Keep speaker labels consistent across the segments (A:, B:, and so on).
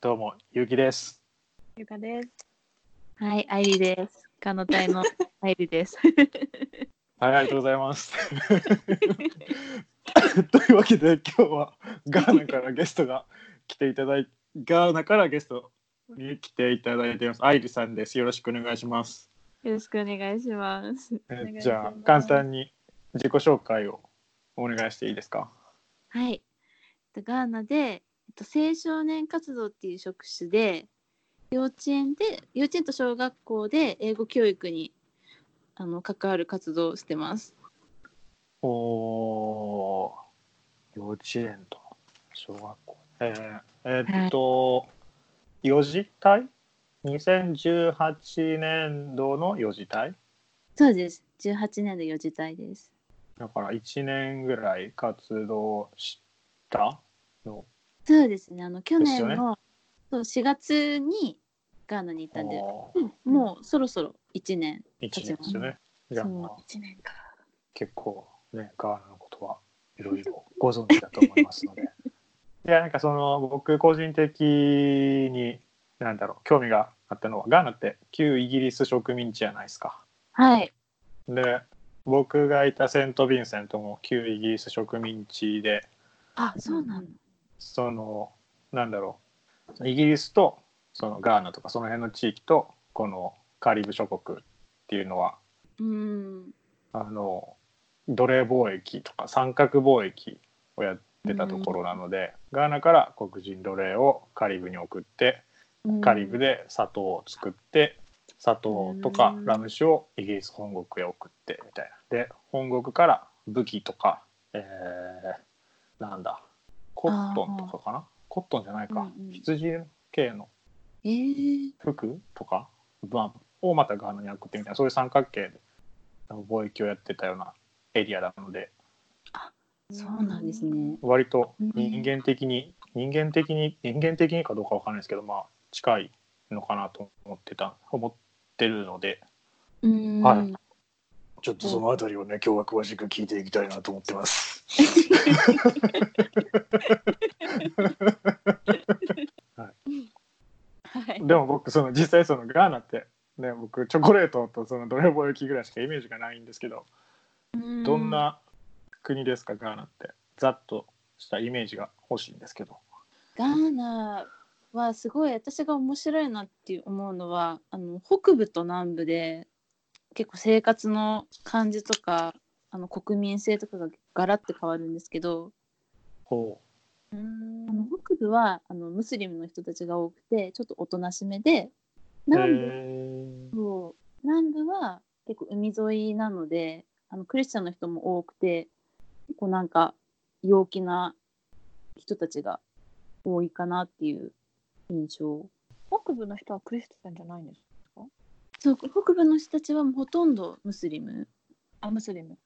A: どうも、ゆうきです。
B: ゆかです。
C: はい、アイリです。カノタイのアイリです。
A: はい、ありがとうございます。 というわけで、今日はガーナからゲストが来ていただい、ガーナからゲストに来ていただいています。アイリさんです。よろしくお願いします。
C: よろしくお願いします。
A: え
B: お願いします
A: じゃあ、簡単に自己紹介をお願いしていいですか。
C: はい。えっとガーナで、えっと、青少年活動っていう職種で、幼稚園で、幼稚園と小学校で英語教育にあの関わる活動をしてます。
A: おー幼稚園と小学校。えーえーっと、四次隊 ?2018 年度の四次隊
C: そうです。18年の四時代です。
A: だから1年ぐらい活動したの。
C: そうですね。あの去
A: ですよ
C: 年
A: ね
C: の、そう4月にガーナに行ったんで、
A: お
C: うんもうそろそろ1年。
A: ー1年ですよね。じゃあ、
C: そう
A: まあ
B: 一年か。
A: 結構ね、ガーナのことはいろいろご存知だと思いますの で。いや、なんかその僕個人的に、なんだろう、興味があったのは、ガーナって旧イギリス植民地じゃないですか。
C: はい。
A: で、僕がいたセント・ヴィンセントも旧イギリス植民地で、
C: あ、そうなんだ。
A: そのなんだろうイギリスとそのガーナとかその辺の地域とこのカリブ諸国っていうのは
C: うん。
A: あの奴隷貿易とか三角貿易をやってたところなので、ガーナから黒人奴隷をカリブに送って
C: うん
A: カリブで砂糖を作って砂糖とか
C: うん
A: ラム酒をイギリス本国へ送ってみたいな。で本国から武器とか、えーなんだコットンとかかなコットンじゃないか、
C: うんうん
A: 羊系の
C: えー、
A: 服とか、まあ、をまたガーナに送ってみたいなそういう三角形の貿易をやってたようなエリアなので
C: そうなんです。ね。
A: 割と人間的に、人間的に人間的にかどうかわかんないですけどまあ近いのかなと思ってた思ってるので
C: うん
A: はいちょっとそのあたりをね今日は詳しく聞いていきたいなと思ってます。
C: はい。
A: でも僕その実際そのガーナってね僕チョコレートとそのドレボ焼きぐらいしかイメージがないんですけどどんな国ですかガーナってざっとしたイメージが欲しいんですけど。
C: ガーナはすごい私が面白いなって思うのはあの北部と南部で結構生活の感じとかあの国民性とかがガラッと変わるんですけど
A: ほ
B: う
C: あの
B: ん。
C: 北部はあのムスリムの人たちが多くてちょっとおとなしめで
A: う
C: 南部
A: へ
C: そう南部は結構海沿いなのであのクリスチャンの人も多くて結構なんか陽気な人たちが多いかなっていう印象
B: 北部の人はクリスチャンじゃないんです。
C: そう北部の人たちはもうほとんどムスリム
B: あ、ムスリム。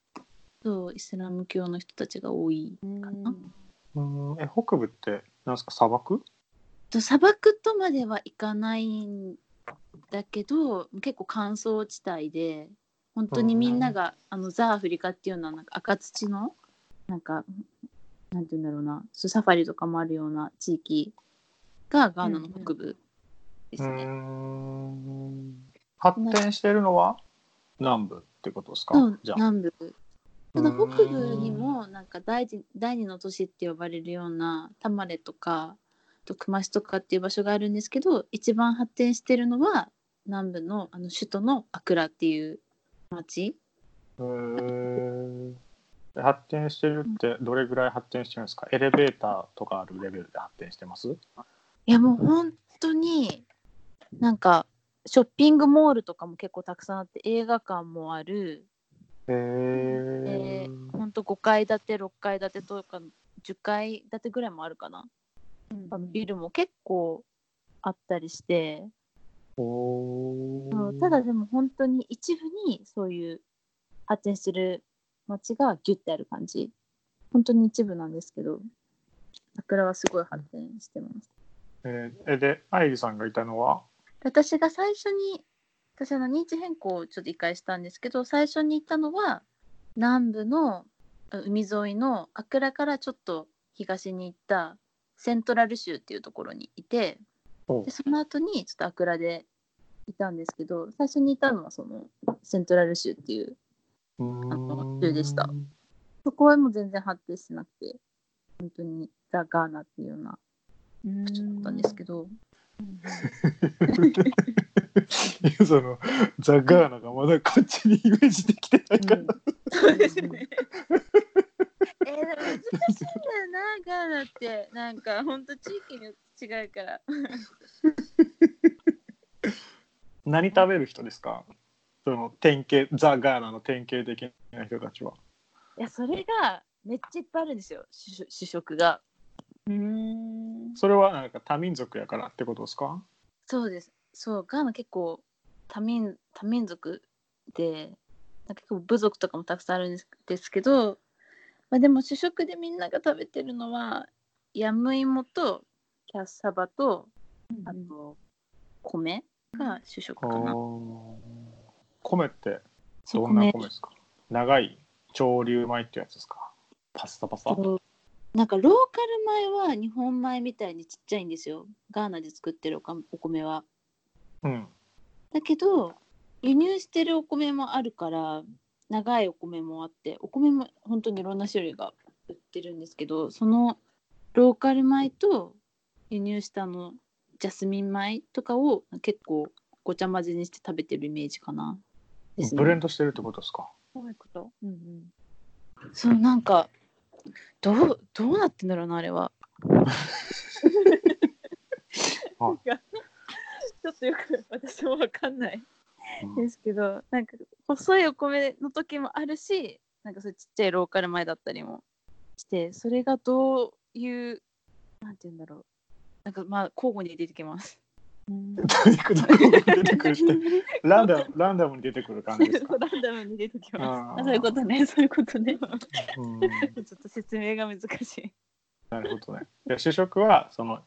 C: そうイスラム教の人たちが多い
B: うん。
A: ーうんえ北部ってなんですか砂漠
C: と砂漠とまではいかないんだけど結構乾燥地帯で本当にみんなが、あのザ・アフリカっていうのはなんか赤土のなんかなんて言うんだろうなそうサファリとかもあるような地域がガーナの北部です
A: う
C: ね。
A: ーん発展してるのは南部ってことですか
C: そう
A: じゃあ
C: 南部ただ北部にもなんか第二第二の都市って呼ばれるようなタマレとかあと熊市とかっていう場所があるんですけど一番発展してるのは南部のあの首都のアクラっていう町
A: うーん発展してるってどれぐらい発展してるんですかエレベーターとかあるレベルで発展してます
C: いやもう本当になんかショッピングモールとかも結構たくさんあって映画館もある
A: へ
C: え
A: え
C: ーほんと5階建て6階建てとか10階建てぐらいもあるかな
B: あの
C: ビルも結構あったりして。
A: お
C: そう
A: ー
C: ただでも本当に一部にそういう発展してる街がギュッてある感じ本当に一部なんですけど桜はすごい発展してます
A: えーえで愛理さんがいたのは
C: 私が最初に私あの認知変更をちょっと一回したんですけど最初に行ったのは南部のあ海沿いのアクラからちょっと東に行ったセントラル州っていうところにいて
A: おう
C: でその後にちょっとアクラでいたんですけど最初にいたのはそのセントラル州っていう
A: うーん
C: 中でしたそこはもう全然発展しなくて本当にザ・ガーナっていうような
B: うん
C: 場所だったんですけど
A: い やそのザ・ガーナがまだこっちにイメージできてないから、
C: そうですねえー、でも難しいんだよなガーナってなんか本当地域によって違うから
A: 何食べる人ですかその典型ザ・ガーナの典型的な人たちはい
C: やそれがめっちゃいっぱいあるんですよ主食主食が
B: うん
A: それはなんか多民族やからってことですか
C: そうですそうガーナ結構多民多民族でなんか結構部族とかもたくさんあるんですですけど、まあ、でも主食でみんなが食べてるのはヤムイモとキャッサバとあと米が主食かな。
A: おー米ってどんな米ですか長い潮流米ってやつですかパスタパスタ
C: なんかローカル米は日本米みたいにちっちゃいんですよガーナで作ってるおかお米は。
A: うん
C: だけど輸入してるお米もあるから長いお米もあってお米も本当にいろんな種類が売ってるんですけどそのローカル米と輸入したあのジャスミン米とかを結構ごちゃ混ぜにして食べてるイメージかなです
A: ブレン
C: ね。
A: ドしてるってことですか
B: そういうことうんうん
C: そうなんかどうどうなってんだろうなあれは。
A: あ
C: ちょっとよく私もわかんない
A: うん
C: ですけどなんか細いお米の時もあるしなんかそういうちっちゃいローカル米だったりもしてそれがどういうなんて言うんだろうなんかまあ交互に出てきます。
B: うん
A: 大工大工が出てくる ってランダムランダムに出てくる感じですか
C: ランダムに出てき
A: あ
C: ま
A: ー
C: す。あそういうことねそういうことね。
A: うん
C: ちょっと説明が難しい。
A: なるほどねで主食はその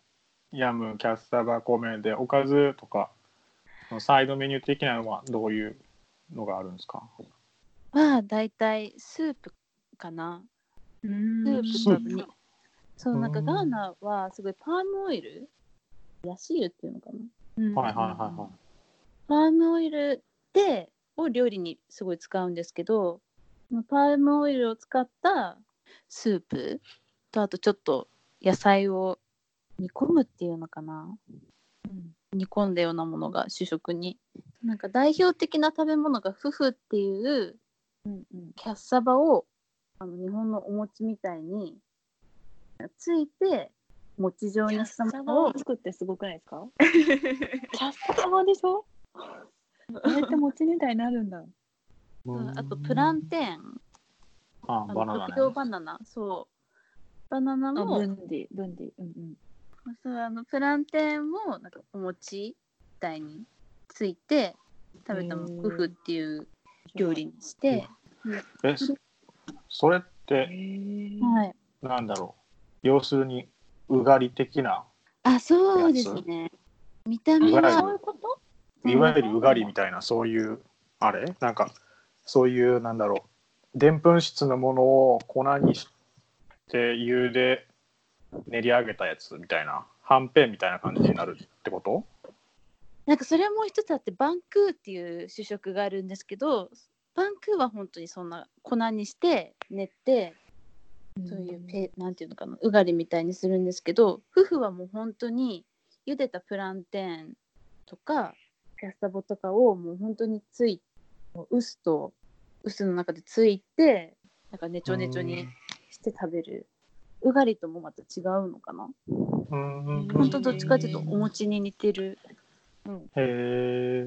A: ヤムキャッサバ米でおかずとかそのサイドメニュー的なのはどういうのがあるんですか
C: はだいたいスープかな。
B: う
C: ス
B: ん
C: ープとにそう
A: うん
C: なんかガーナはすごいパームオイルヤシ油っていうのかな。
A: はいはいはいはい
C: パームオイルでを料理にすごい使うんですけどそのパームオイルを使ったスープとあとちょっと野菜を煮込むっていうのかな煮込んだようなものが主食になんか代表的な食べ物がフフっていう
B: うんうん
C: キャッサバをあの日本のお餅みたいについて餅状
B: キャ
C: に
B: ッ
C: した
B: サ
C: も
B: バ
C: のを
B: を作ってすごくないですかキャッサバでし ょあれって餅みたいになるんだ
A: うん
C: あとプランテーン
A: あ
C: あ
A: バ
C: の
A: ナナ、ね
C: 食、用バナナそうバナナ
B: あ
C: も
B: ブンディブンディうんうん
C: そうあのプランテーンもなんかお餅みたいについて食べたも
B: へー
C: のクフっていう料理にして、
A: えそそれっ
B: へ
A: て
B: え
C: はい
A: なんだろう要するにうがり的な
C: あそうですね見た目
A: はい
B: そうい
C: は
B: うこと
A: いわゆるうがりみたいなそういうあれなんかそういうなんだろうでんぷん質のものを粉にして湯で練り上げたやつみたいなはんぺんみたいな感じになるってこと
C: なんかそれも一つあってバンクーっていう主食があるんですけどバンクーは本当にそんな粉にして練ってそういうペなんていうのかなうがりみたいにするんですけど夫婦はもう本当に茹でたプランテーンとかキャッサボとかをもう本当についもう薄と薄の中でついてなんかねちょねちょにして食べるうがりともまた違うのかな
A: うんうんうん
C: 本当どっちかというとお餅に似てる
A: へえ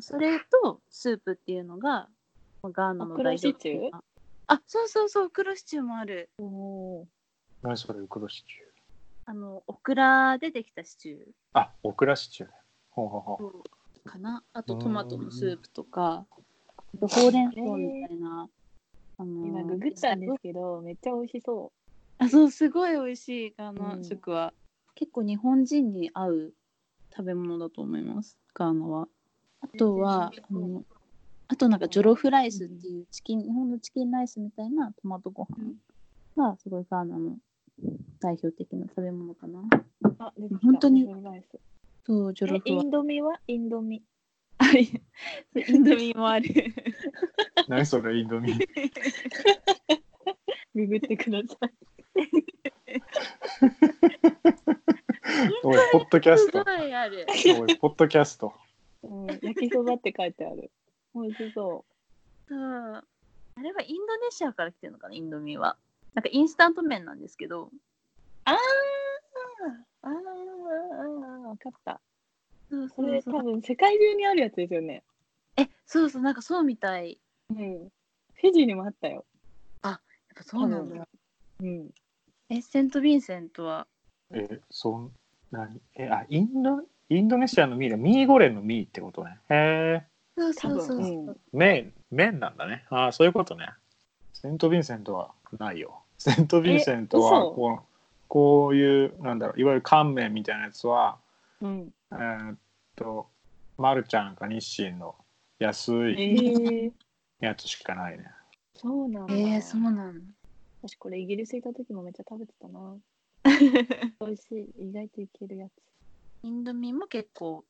C: それとスープっていうのがまあガーナの代表的なあそうそうそう黒シチューもある
B: おお
A: 何それウクロシチュー
C: あのオクラでできたシチュー
A: あオクラシチューねほうほうほう
C: かなあと
A: うん
C: トマトのスープとかあとほうれん草みたいな、あの
B: 今ググったんですけどめっちゃ美味しそ
C: あそうすごい美味しいガー
B: う
C: ナ
B: ん
C: 食は、結構日本人に合う食べ物だと思いますガーナはあとはあ
B: 全然
C: のあとなんかジョロフライスっていうチキン、日本のチキンライスみたいなトマトご飯がすごいガーナの代表的な食べ物かな。
B: あ、出てきた
C: 本当に
B: オムライス
C: そう、ジョロ
B: え
C: フ
B: イ
C: は。
B: ンドミはインドミ。
C: インドミもある。
A: 何それインドミ
B: ググってください。
A: おいポッドキャ
C: す
A: ス
C: ご
A: ト
C: いある。
A: おいポッドキャスト
B: うん、焼きそばって書いてある。美味しそ
C: そうあれはインドネシアから来てるのかな、インドミは。なんかインスタント麺なんですけど、
B: う。あーあー、あーわかった。
C: そう
B: こ
C: そう
B: れ
C: そ
B: 多
C: う。
B: 分世界中にあるやつですよね。
C: え、そうそう、なんかそうみたい。
B: うん。フィジーにもあったよ。
C: やっぱそうなんだ。
B: うん。
C: え、セント・ヴィンセントは。
A: えそん何えあインドインドネシアのミーだミーゴレンのミーってことねへえ
C: そうそう
B: 多
C: そう
B: 分
C: そう。
A: 麺麺なんだねああそういうことねセント・ヴィンセントはないよセント・ヴィンセント
B: え
A: は
B: 嘘
A: こうこういうなんだろういわゆる乾麺みたいなやつは
B: うん。
A: えーっとマルちゃんか日清の安
B: え
A: い
B: ー、
A: やつしかないね
B: そうなんだ。
C: えー、そうなんだ。
B: 私これイギリス行った時もめっちゃ食べてた な。美味しい。意外といけるやつ。
C: インドミも結構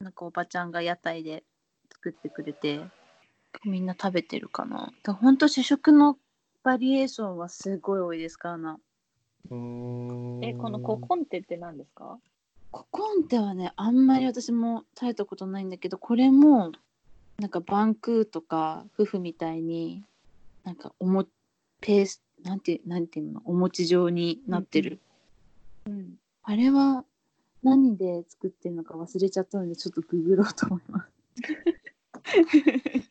C: なんかおばちゃんが屋台で作ってくれてみんな食べてるかなだほんと主食のバリエーションはすごい多いですからな
A: うーん
B: え、このココンテって何ですか
C: ココンテはねあんまり私も食べたことないんだけどこれもなんかバンクーとか夫婦みたいになんかおもペースなんてなんていうのお餅状になってる、
B: うん。
C: あれは何で作ってるのか忘れちゃったのでちょっとググろうと思います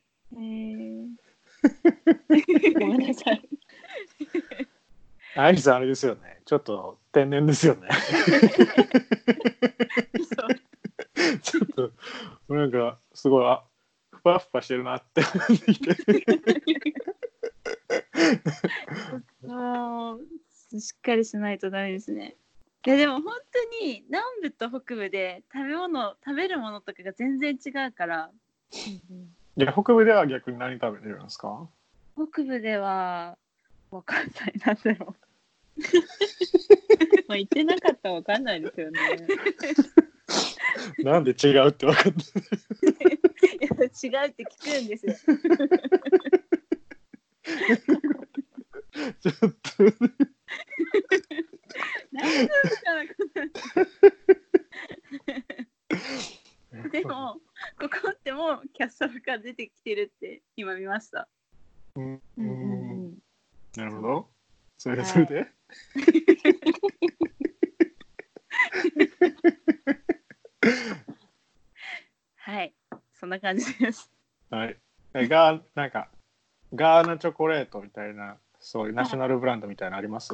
B: えー、 ごめん なさい。
A: アイリさんあれですよねちょっと天然ですよね ちょっとなんかすごいあふわふわしてるなって 思ってきて
C: もうしっかりしないとダメですね。いやでも本当に南部と北部で食べ物食べるものとかが全然違うから
A: いや北部では逆に何食べてるんですか
C: 北部ではわかんないなんだろ
B: まあ行ってなかったらわかんないですよね。
A: なんで違うって分かった
C: ういや違うって聞くんですよ。
A: ちょっと
C: なんだろうでもここってもうキャッサバが出てきてるって今見ました。
A: うん
B: うんうんうん。
A: なるほどそれでそれで、
C: はいそんな感じです。
A: はい。えガーなんかガーナチョコレートみたいなそういうナショナルブランドみたいなのあります？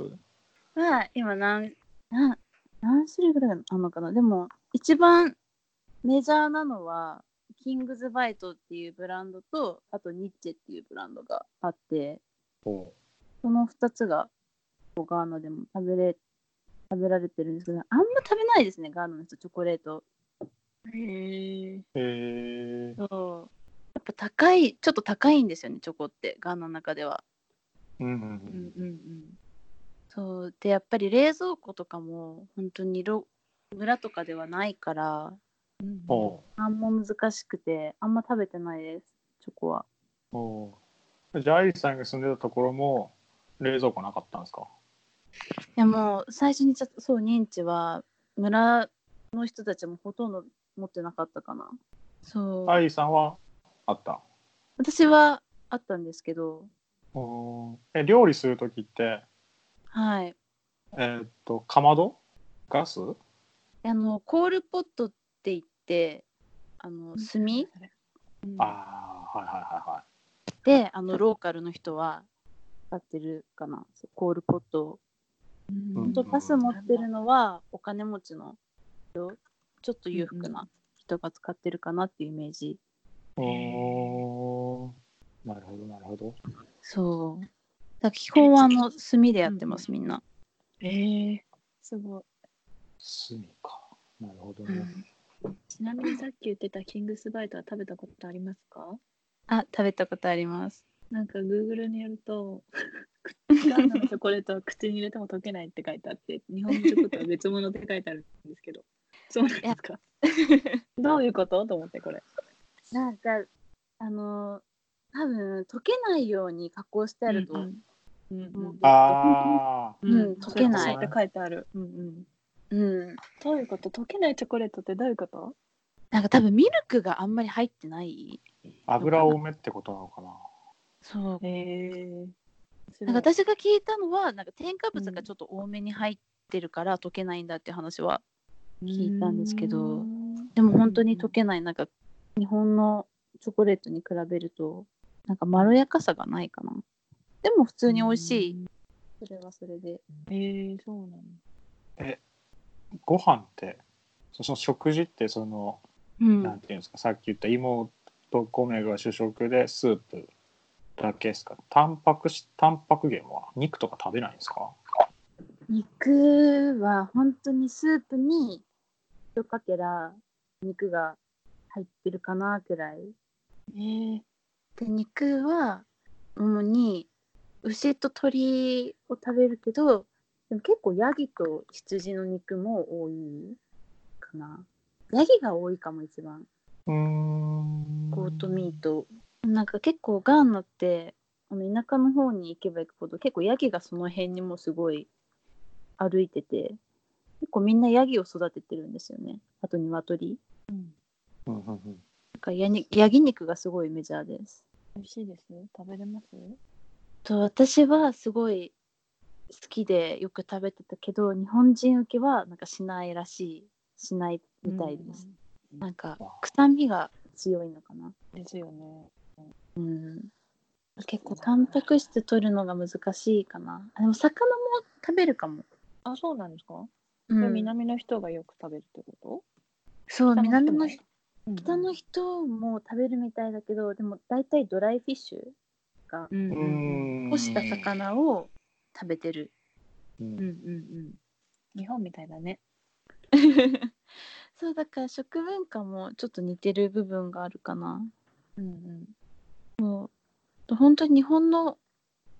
C: は今何何何種類ぐらいあるのかなでも一番メジャーなのはキングズバイトっていうブランドとあとニッチェっていうブランドがあって
A: お
C: その2つがこうガーナでも食べれ食べられてるんですけどあんま食べないですねガーナの人チョコレート
B: へえ。
A: えー、
B: そ
C: やっぱ高いちょっと高いんですよねチョコってガーナの中では
A: うんう
B: う。
A: ん
B: うんうん
C: そうでやっぱり冷蔵庫とかも本当にろ村とかではないから
B: うん。
A: うん。お
C: あんま難しくて、あんま食べてないです、チョコは。
A: お。じゃあアイリさんが住んでたところも冷蔵庫なかったんですか？
C: いやもう最初にちょっとそう認知は村の人たちもほとんど持ってなかったかな。そう、
A: アイリさんはあった。
C: 私はあったんですけど、
A: おお。え料理する時って
C: はい。
A: えーっとかまど？ガス？
C: あのコールポットって言って、あの炭
B: うん
A: ああはいはいはいはい。
C: であのローカルの人は使ってるかな、そうコールポットを。
A: う
C: 本
A: ん
C: 当パス持ってるのはお金持ちの人、ちょっと裕福
B: う
C: な人が使ってるかなっていうイメージ。
A: おお。なるほどなるほど。
C: そう。だから基本はあの炭でやってます、みんな。
B: ええ。すごい。
A: 炭か。なるほどね。
B: ちなみにさっき言ってたキングスバイトは食べたことありますか？
C: あ、食べたことあります。
B: なんか Google によるとガーナのチョコレートは口に入れても溶けないって書いてあって日本のチョコレートは別物って書いてあるんですけどそうなんですかどういうことと思ってこれ
C: なんかあのー多分溶けないように加工してあると
B: う
C: 思うん
B: うんうん
A: あ
C: んうん溶けない
B: そうやって書いてあるうんうん
C: うん、
B: どういうこと溶けないチョコレートってどういうこと
C: なんか多分ミルクがあんまり入ってない
A: あ、油多めってことなのかな。
C: そう
B: へえ
C: なんか私が聞いたのはなんか添加物がちょっと多めに入ってるから溶けないんだっていう話は、聞いたんですけどでも本当に溶けないなんか日本のチョコレートに比べるとなんかまろやかさがないかなでも普通に美味しいそれはそれで
B: へえそうなの
A: ご飯って、そその食事って、その、
C: うん
A: なんていうんですか、さっき言った芋と米が主食で、スープだけですか。タンパクし、タンパク源は肉とか食べないんですか
C: 肉は本当にスープに一かけら肉が入ってるかなくらい
B: えー、
C: で肉は主に牛と鶏を食べるけどでも結構ヤギと羊の肉も多いかなヤギが多いかも一番
A: うーん。
C: ゴートミートなんか結構ガーナってあの田舎の方に行けば行くほど結構ヤギがその辺にもすごい歩いてて結構みんなヤギを育ててるんですよねあと鶏
B: うん、
A: うんうんうん。
C: なんかヤギヤギ肉がすごいメジャーです
B: 美味しいです食べれます
C: と私はすごい好きでよく食べてたけど日本人受けはなんかしないらしいしないみたいです、なんか臭みが強いのかな
B: うんですよね
C: うん結構タンパク質取るのが難しいかなあでも魚も食べるかも、
B: あそうなんですか、
C: う、
B: うん南の人がよく食べるってこ
C: そう
B: と
C: 南の人
B: 北
C: 北の
B: の人
C: 人も食べるみたいだけどでも大体ドライフィッシュが
B: うん
A: う
B: うん
A: ん。
C: 干した魚を食べてる
A: うん。
B: うんうんうん日本みたいだね
C: そうだから食文化もちょっと似てる部分があるかな
B: うんうん
C: 本当に日本の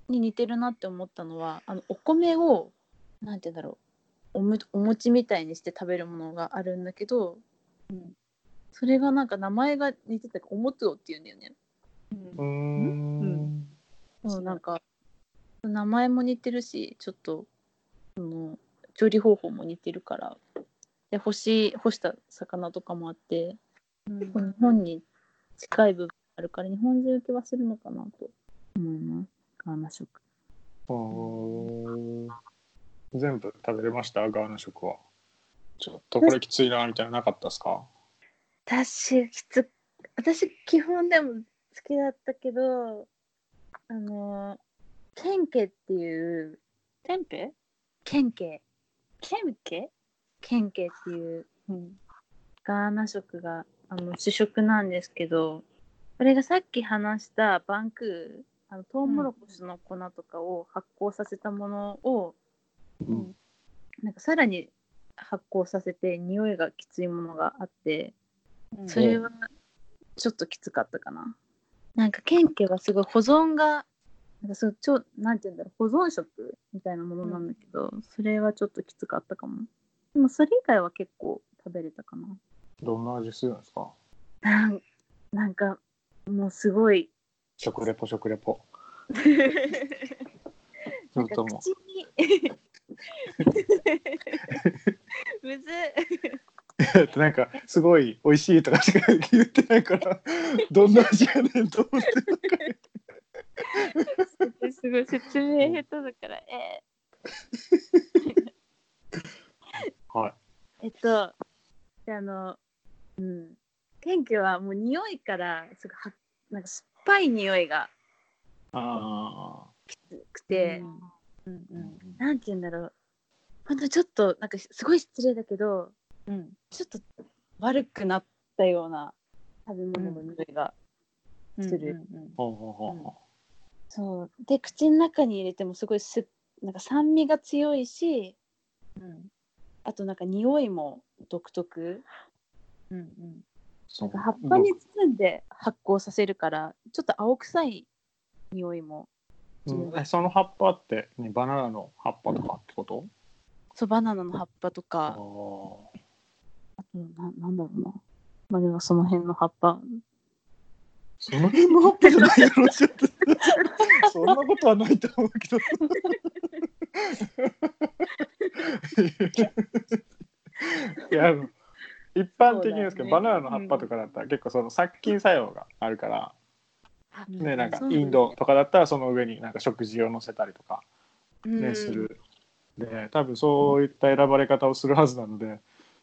C: に似てるなって思ったのはあのお米をなんて言うんだろうおむお餅みたいにして食べるものがあるんだけど、
B: うん
C: それがなんか名前が似てたからおもつおっていうんだよね
A: うー。
B: うん
C: そう
B: そう
C: なんか名前も似てるしちょっとその調理方法も似てるからで干し干した魚とかもあって
B: うん
C: 結構日本に近い部分あるから日本人受けはするのかなと思いますガーナ食
A: うん全部食べれましたガーナ食は。ちょっとこれきついなみたいなのなかったですか
C: 私きつ私基本でも好きだったけどあのケンケっていう
B: テンペ
C: ケンケ
B: ケンケ
C: ケンケっていう
B: うん
C: ガーナ食があの主食なんですけどこれがさっき話したバンクーあのトウモロコシの粉とかを発酵させたものを、
A: うん
C: なんかさらに発酵させて匂いがきついものがあって
B: うん
C: それはちょっときつかったかな。なんかケンケはすごい保存がなんかそう超なんて言うんだろう保存食みたいなものなんだけど、それはちょっときつかったかも。でもそれ以外は結構食べれたかな。
A: どんな味するんですか
C: なんなんかもうすごい
A: 食レポ食レポ。ち ょ
C: なん
A: っ
C: か
A: とも
C: 口に むず
A: う。なんかすごい美味しいとかしか言ってない からどんな味やねんと思って。
C: いすごい説明下手だからえ
A: はい。
C: ーえっとであのうん天気はもう匂いからすごいはなんか酸っぱい匂いが
A: あ
C: くて、
B: う
A: あ。
B: んうん
C: なんて言うんだろうほんとちょっとなんかすごい失礼だけど
B: うん
C: ちょっと悪くなったような食べ物の匂いが、
B: うん
C: する
B: うんうん
A: ほうほうほうほ
C: そうで口の中に入れてもすごいすなんか酸味が強いし
B: うん
C: あとなんか匂いも独特
B: うんうん
A: う。そ
C: なん
A: う
C: か葉っぱに包んで発酵させるからちょっと青臭い匂いも
A: うん、えその葉っぱって、ね、バナナの葉っぱとかってこと
C: そうバナナの葉っぱと
A: あ
C: か
A: あ
C: あとななんだろうなまあでもその辺の葉っぱ
A: その辺の葉っぱじゃないだろうちょっとそんなことはないと思うけどいや一般的にですけど、
B: そ
A: バ
B: うだよね
A: ナナの葉っぱとかだったら結構その殺菌作用があるから、ねなんかインドとかだったらその上になんか食事を乗せたりとかね、するで多分そういった選ばれ方をするはずなので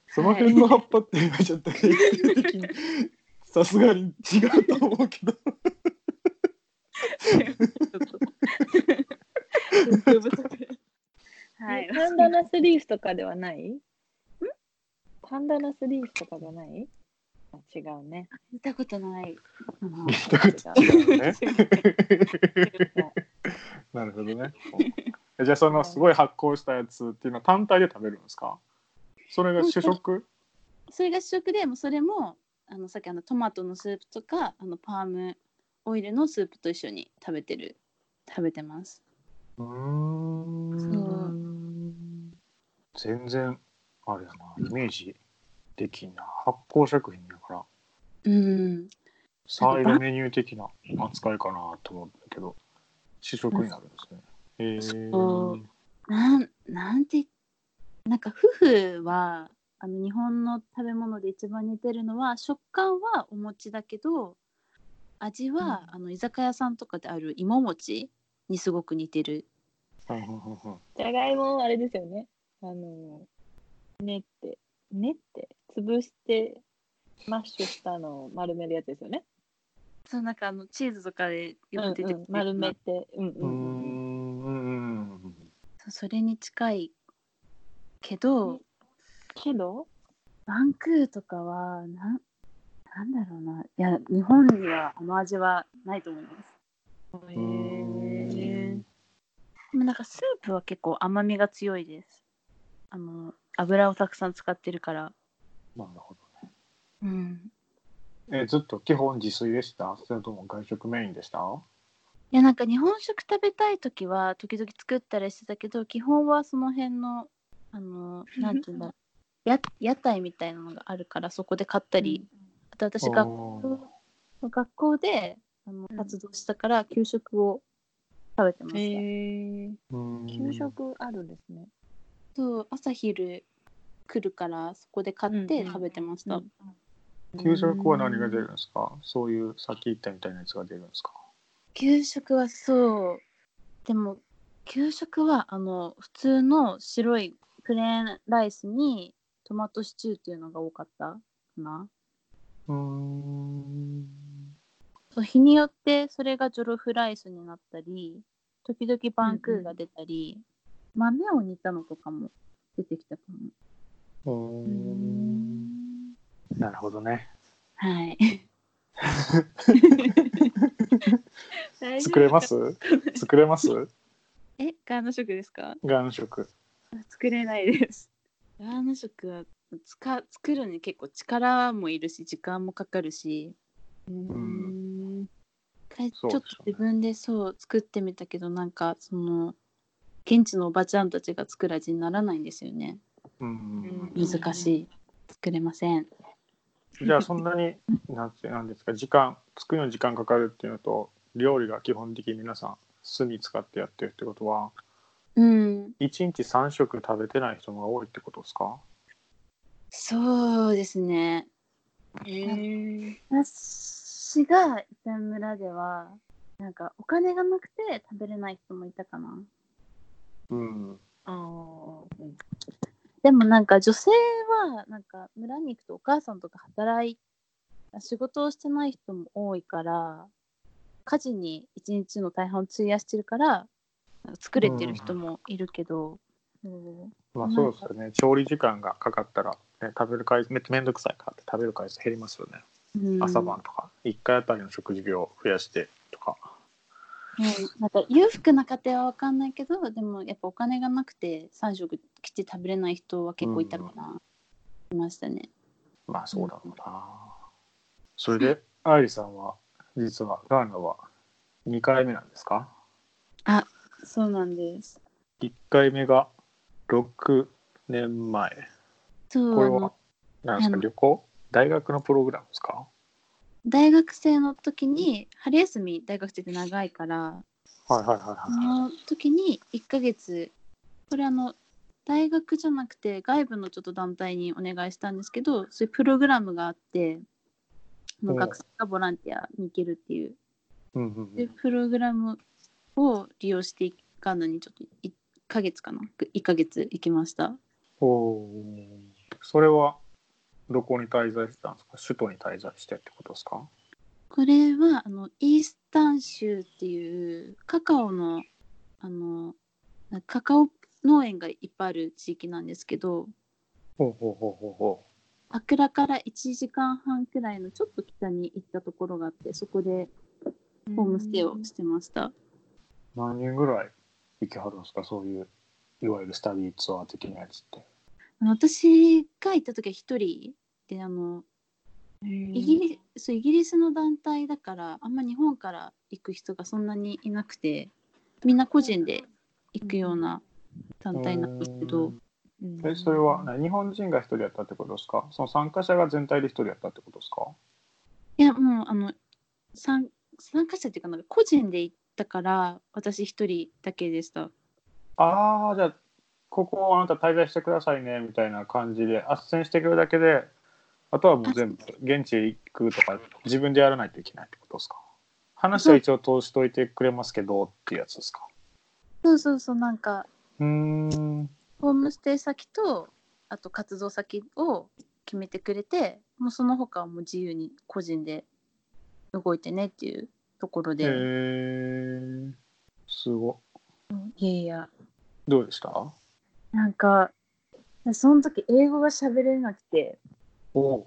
A: その辺の葉っぱって言われちゃったら さすがに違うと思うけど
C: はい
B: タンダナスリーフとかではないタンダナスリーフとかじゃないあ違うね。
C: 見たことない
A: 見たこと
B: 違う
A: ね なるほどねじゃあそのすごい発酵したやつっていうのは単体で食べるんですかそれが主食
C: それが主食でもうそれもあのさっきあのトマトのスープとかあのパームオイルのスープと一緒に食べてる食べてます
A: うーん全然あれやなイメージできんな発酵食品だから
C: うん
A: サイドメニュー的な扱いかなと思うんだけど、試食になるんですね。え
C: そ
A: ー
C: う、なんなんてなんか夫婦はあの日本の食べ物で一番似てるのは食感はお餅だけど味は、あの居酒屋さんとかである芋餅にすごく似てる
A: はいはいはいはい
B: じゃがいもあれですよね。あの練って練って潰してマッシュしたのを丸めるやつですよね。
C: そうなんかあのチーズとかでよく出てくる、
B: うんうん丸めて、うん
A: うー
B: うんうん。
A: んうん
C: そうそれに近いけど、
B: うんけど
C: バンクーとかはなんなんだろうないや日本にはあの味はないと思います
A: うーん
C: でもなんかスープは結構甘みが強いですあの油をたくさん使ってるから
A: なるほどね。
C: うん
A: えずっと基本自炊でしたそれとも外食メインでした
C: いやなんか日本食食べたい時は時々作ったりしてたけど基本はその辺のあのなんていうんだろ うや屋台みたいなのがあるからそこで買ったり、あと私学
A: お
C: 学校であの活動したから給食を食べてました、
B: へえ
A: ーうーん
B: 給食あるんですね。
C: そう朝昼来るからそこで買って
B: うん
C: 食べてました、
B: うん
A: 給食は何が出るんですかそういうさっき言ったみたいなやつが出るんですか
C: 給食はそうでも給食はあの普通の白いプレーンライスにトマトシチューっていうのが多かったかな
A: うーん
C: そう日によってそれがジョロフライスになったり時々バンクーが出たり、豆を煮たのとかも出てきたかも
A: うーんなるほどね。
C: はい
A: 作れます作れます
C: えガーナ食ですか
A: 外食。
C: 作れないですガーナ食はつか作るのに結構力もいるし時間もかかるし
A: ん
C: 一回ち
A: そ
C: ょ
A: う
C: っ
A: でしょうね
C: と自分でそう作ってみたけどなんかその現地のおばちゃんたちが作る味にならないんですよね
A: うーん
B: うん
C: 難しい作れません
A: じゃあそんなになんてなんですか時間作るのに時間かかるっていうのと料理が基本的に皆さん酢に使ってやってるってことは
C: うん
A: 1日3食食べてない人が多いってことですか
C: そうですね
B: へ
C: 私が伊勢村ではなんかお金がなくて食べれない人もいたかな
A: うん
B: あーうん
C: でもなんか女性はなんか村に行くとお母さんとか働い仕事をしてない人も多いから家事に一日の大半を費やしてるから作れてる人もいるけど、そう
A: まあそうですよね調理時間がかかったら、ね、食べる回数めめんどくさいからって食べる回数減りますよね
C: うん
A: 朝晩とか1回あたりの食事量を増やしてとか
C: ねなんか裕福な家庭は分かんないけどでもやっぱお金がなくて3食きっちり食べれない人は結構いたかな、いましたね
A: まあそうだろうなそれで愛理さんは実はガーナは2回目なんですか
B: そうなんです。
A: 1回目が6年前
C: そう
A: これ
C: あの
A: は何です
C: あ
A: か
C: の
A: 旅行大学のプログラムですか
C: 大学生の時に春休み大学生って長いから
A: はいはいはい
C: そ
A: は
C: の時に1ヶ月これあの大学じゃなくて外部のちょっと団体にお願いしたんですけどそういうプログラムがあってあの
A: うん
C: 学生がボランティアに行けるっていう
A: い。うんうんう
C: で
A: ん
C: プログラムを利用していかんのにちょっと1ヶ月かな1ヶ月行きました
A: おーそれはどこに滞在してたんですか首都に滞在してってことですか
C: これはあのイースタン州っていうカカオのあのなカカオ農園がいっぱいある地域なんですけど
A: ほうほうほうほうほ
C: アクラから1時間半くらいのちょっと北に行ったところがあってそこでホームステイをしてました。
A: う何人ぐらい行きはるんですかそういういわゆるスタディツアー的なやつって。
C: あの私が行った時は1人であのイギ
B: イ
C: リスそうイギリスの団体だからあんま日本から行く人がそんなにいなくてみんな個人で行くような団体なんですけど。
A: うんえそれは何日本人が一人やったってことですかその参加者が全体で一人やったってことですか
C: いやもうあの参参加者っていうかなんか個人で行ったから私一人だけでした
A: ああじゃあここをあなた滞在してくださいねみたいな感じで斡旋してくるだけであとはもう全部現地へ行くとか自分でやらないといけないってことですか話は一応通しといてくれますけどっていうやつですか
C: そうそうそうなんか
A: うーん
C: ホームステイ先とあと活動先を決めてくれてもうその他はもう自由に個人で動いてねっていうところ
A: へ
C: で、
A: えー、すご
C: いやいや
A: いどうでしたお
C: なんかその時英語が喋れなくて
A: お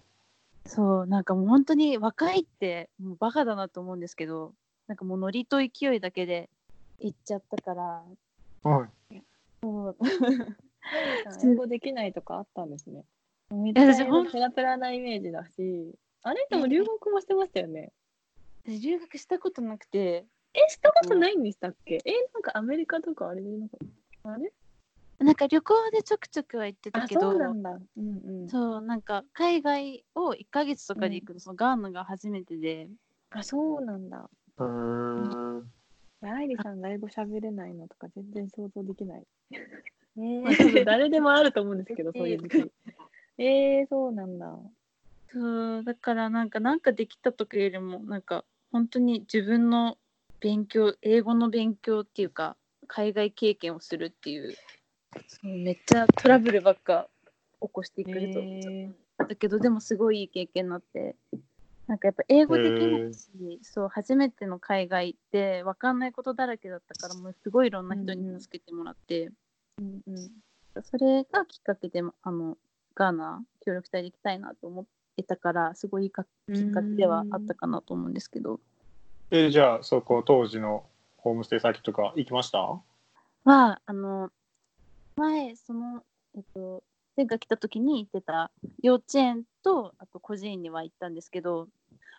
C: そうなんかもう本当に若いってもうバカだなと思うんですけどなんかもうノリと勢いだけで行っちゃったから
A: うはい
C: そう
B: 英語できないとかあったんですね。めっ
C: や私
B: ちゃ英
C: ほ
B: 語
C: ん
B: ペラペラなイメージだし、あれでも留学もしてましたよね。
C: 私留学したことなくて
B: え、したことないんでしたっけえ、なんかアメリカとかあれでなんかあれ
C: なんか旅行でちょくちょくは行ってた
B: あ、
C: けど
B: そうなんだ。うんうん。
C: そうなんか海外を1ヶ月とかで行くの、そのガーナが初めてで
B: あ、そうなんだ。
A: うーん
B: 愛理さんが英語喋れないのとか全然想像できない。
C: ね
B: まあ多分誰でもあると思うん ですけど、そういう時期。えー、そうなんだ。
C: そうだからなんかなんかできた時よりもなんか本当に自分の勉強英語の勉強っていうか海外経験をするっていうそうめっちゃトラブルばっか起こしてくると、
B: へ
C: だけどでもすごいいい経験になってなんかやっぱ英語できないし、そう初めての海外って分かんないことだらけだったからもうすごいいろんな人に助けてもらって、
B: うんうん。
C: それがきっかけであのガーナ協力隊で行きたいなと思ってたからすごいいいかきっかけではあったかなと思うんですけど
A: えじゃあそこ当時のホームステイ先とか行きました
C: はあの前その、えっと、前回来た時に行ってた幼稚園とあと孤児院には行ったんですけど、
A: はい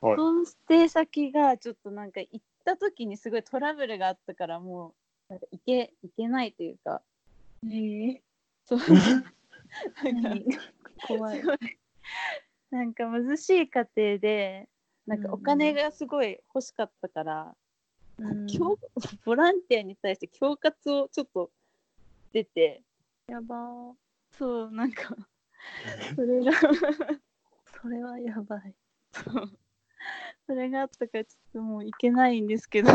C: ホームステイ先がちょっとなんか行った時にすごいトラブルがあったからもうなんか行け行けないというか
B: え
C: そうなんか
B: ー、 怖い
C: す。ごいなんか貧しい家庭でなんかお金がすごい欲しかったから、
B: うん
C: 教 ボランティアに対して恐喝をちょっと出て
B: やばー。
C: そうなんか それが
B: それはやばい。
C: そうそれがあったからちょっともう行けないんですけど
A: あ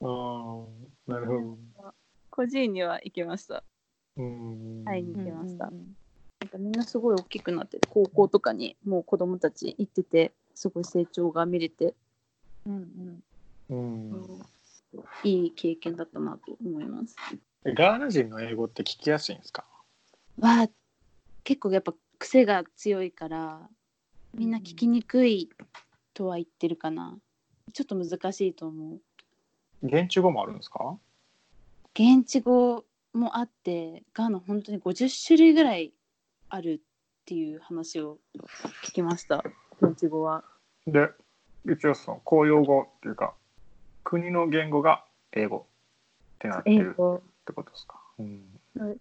A: ーなるほど
C: 個人には行けました
A: うん
C: 会いに行
B: 行
C: け
B: き
C: ま
B: ま
C: し、
B: したた。
C: なんかみんなすごい大きくなって高校とかにもう子供たち行っててすごい成長が見れて
B: うんうん。
A: うん
C: いい経験だったなと思います。
A: えガーナ人の英語って聞きやすいんですか
C: は結構やっぱ癖が強いからみんな聞きにくいとは言ってるかな、ちょっと難しいと思う
A: 現地語もあるんですか
C: 現地語もあってガーナ本当に50種類ぐらいあるっていう話を聞きました現地語は
A: で一応その公用語っていうか国の言語が英語ってなって
C: 英
A: るっ
C: 語
A: てことですか。うん、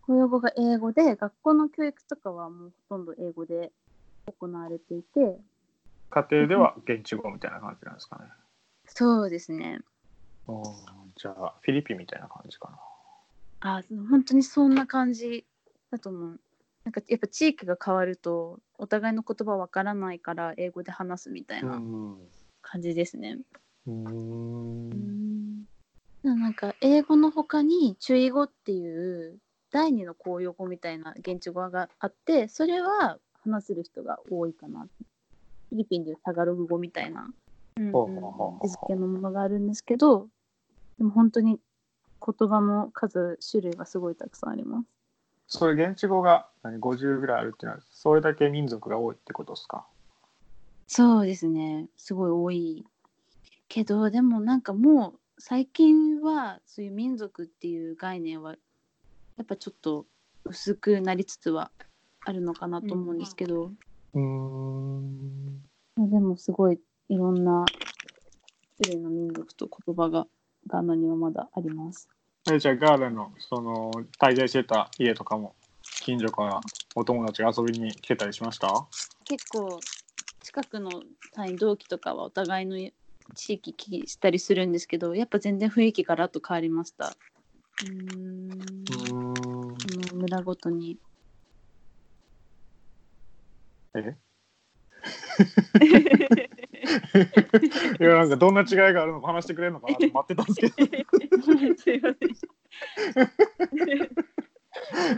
C: 公用語が英語で学校の教育とかはもうほとんど英語で行われていて
A: 家庭では現地語みたいな感じなんですかね。
C: そうですね
A: うんじゃあフィリピンみたいな感じかな。
C: あその本当にそんな感じだと思うなんかやっぱ地域が変わるとお互いの言葉わからないから英語で話すみたいな感じですね、
A: うん
C: なんか英語の他に注意語っていう第二の公用語みたいな現地語があってそれは話せる人が多いかなフィリピンでいうタガログ語みたいな
A: ほうほうほうほう
C: 餌付けのものがあるんですけどでも本当に言葉の数種類がすごいたくさんあります
A: それ現地語が何50ぐらいあるっていうのはそれだけ民族が多いってことですか。
C: そうですねすごい多いけどでもなんかもう最近はそういう民族っていう概念はやっぱちょっと薄くなりつつはあるのかなと思うんですけど、
A: うん
C: でもすごいいろんな種類の民族と言葉がガーナにはまだあります。
A: えじゃあガーナのその滞在してた家とかも近所からお友達が遊びに来てたりしました
C: 結構近くの単位同期とかはお互いの地域聞きしたりするんですけどやっぱ全然雰囲気がらっと変わりました。
A: うん
C: その村ごとに
A: えいやなんかどんな違いがあるのか話してくれるのかなと待ってたんですけど
B: すいません。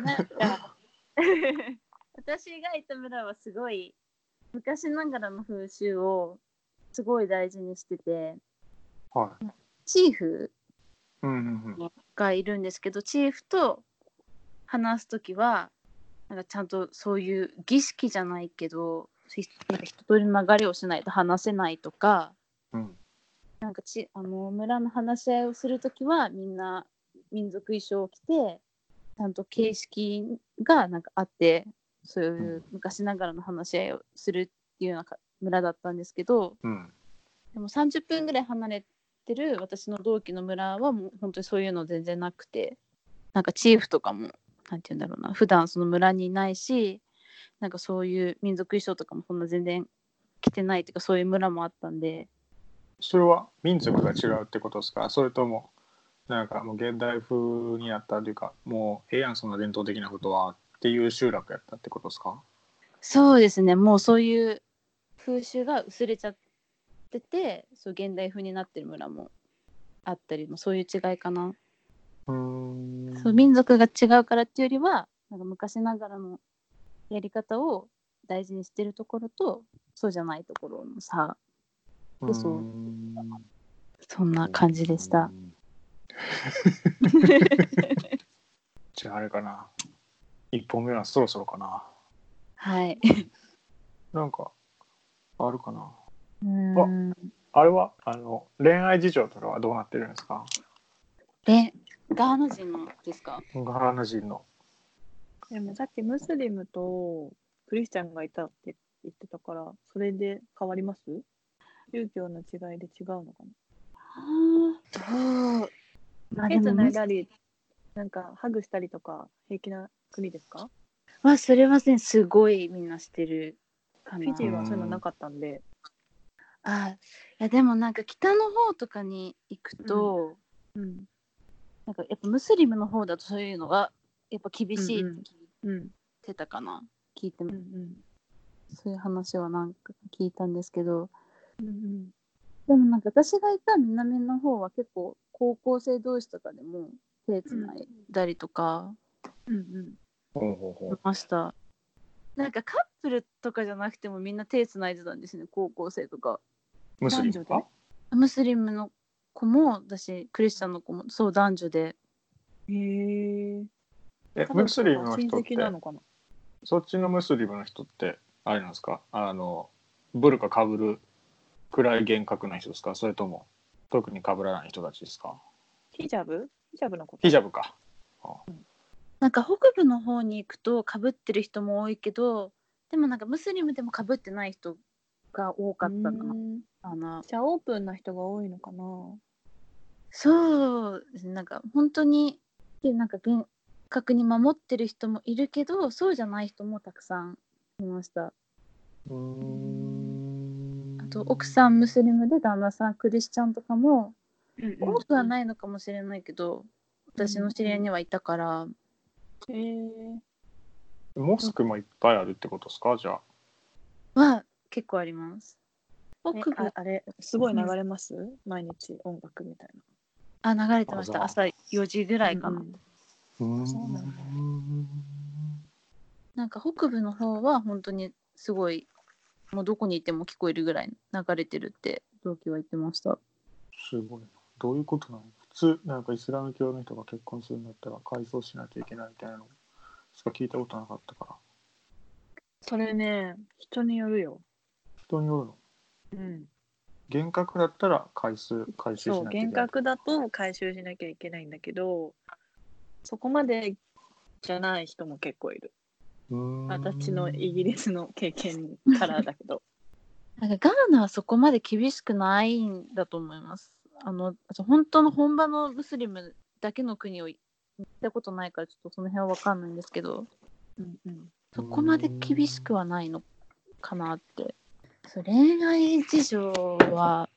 C: なんか私がいた村はすごい昔ながらの風習をすごい大事にしてて
A: はい
C: チーフ
A: うんうんうん
C: がいるんですけどチーフと話す時はなんかちゃんとそういう儀式じゃないけどひなんか一通りの流れをしないと話せないとか
A: うん
C: なんかちあの村の話し合いをするときはみんな民族衣装を着てちゃんと形式がなんかあってそういう昔ながらの話し合いをするっていうようなか村だったんですけど
A: うん
C: でも30分ぐらい離れてる私の同期の村はもう本当にそういうの全然なくてなんかチーフとかもなんて言うんだろうな普段その村にいないしなんかそういう民族衣装とかもそんな全然着てないっていうかそういう村もあったんで。
A: それは民族が違うってことですかそれともなんかもう現代風になったというかもうええやんそんな伝統的なことはっていう集落やったってことですか
C: そうですねもうそういう風習が薄れちゃっててそう現代風になってる村もあったりもそういう違いかな、
A: うん
C: そう民族が違うからっていうよりはなんか昔ながらのやり方を大事にしてるところとそうじゃないところの差
A: うん
C: そうそんな感じでした
A: う。ん。 じゃああれかな。一本目はそろそろかな。
C: はい。
A: なんかあるかな。
C: うーん
A: あれはあの恋愛事情とかはどうなってるんですか。
C: でガーナ人のですか
A: ガーナ人の。
B: でもさっきムスリムとクリスチャンがいたって言ってたから、それで変わります宗教の違いで違うのか
C: どうま
B: な
C: あ
B: 手
C: でも
B: 繋いだり、なんかハグしたりとか平気な国ですか
C: まあそれはねすごいみんなしてるか
B: フ
C: な
B: ィジーはそういうのなかったんで、
C: あいやでもなんか北の方とかに行くと、
B: うん。
C: なんかやっぱムスリムの方だとそういうのがやっぱ厳しいって聞い
B: うん。
C: てたかな、聞いて
B: うん。
C: もそういう話はなんか聞いたんですけど
B: うん。うん。
C: でもなんか私がいた南の方は結構高校生同士とかでも手つないだりとか
B: うん。うん。
A: ほうほうほ
C: しました、なんかカップルとかじゃなくてもみんな手つないでたんですね高校生とか
A: う。ムスリムか
B: 男。
C: ムスリムの子もだしクリスチャンの子もそう男女で
B: へえ。
A: えムスリムの
B: 親
A: 人って
B: 戚なのかな。
A: そっちのムスリムの人ってあれなんですか。あのブルカ被るくらい厳格な人ですか。それとも特に被らない人たちですか。
B: ヒジャブ？ヒジャブのこと。
A: ヒジャブか。
C: なんか北部の方に行くとかぶってる人も多いけどでもなんかムスリムでもかぶってない人が多かったか
B: うーん
C: な。
B: じゃあオープンな人が多いのかな。
C: そうですねなんか本当にでなんか厳格に守ってる人もいるけどそうじゃない人もたくさんいました
A: うーん
C: あと奥さんムスリムで旦那さんクリスチャンとかも
B: うんうん
C: 多くはないのかもしれないけど私の知り合いにはいたから
B: へー
A: モスクもいっぱいあるってことですかじゃあ
C: は結構あります
B: ね
C: 北部
B: ああれすごい流れます毎日音楽みたいな。
C: あ流れてました
A: あそ
C: 朝4時ぐらいかな、
B: うん
A: うん
B: そうなんだ
C: なんか北部の方は本当にすごいもうどこにいても聞こえるぐらい流れてるって同期は言ってました
A: すごいなどういうことなの普通なんかイスラム教の人が結婚するんだったら改装しなきゃいけないみたいなのしか聞いたことなかったから
B: それね人によるよ。
A: 人によるの
B: うん、
A: 厳格だったら回数回収し
B: そう
A: なきゃいけ
B: 厳
A: ない
B: 格だと回収しなきゃいけないんだけどそこまでじゃない人も結構いる。
A: うーん
B: 私のイギリスの経験からだけど。
C: なんかガーナはそこまで厳しくないんだと思います。あの本当の本場のムスリムだけの国を行ったことないからちょっとその辺は分かんないんですけど
B: うんうん、
C: そこまで厳しくはないのかなって。そう恋愛事情は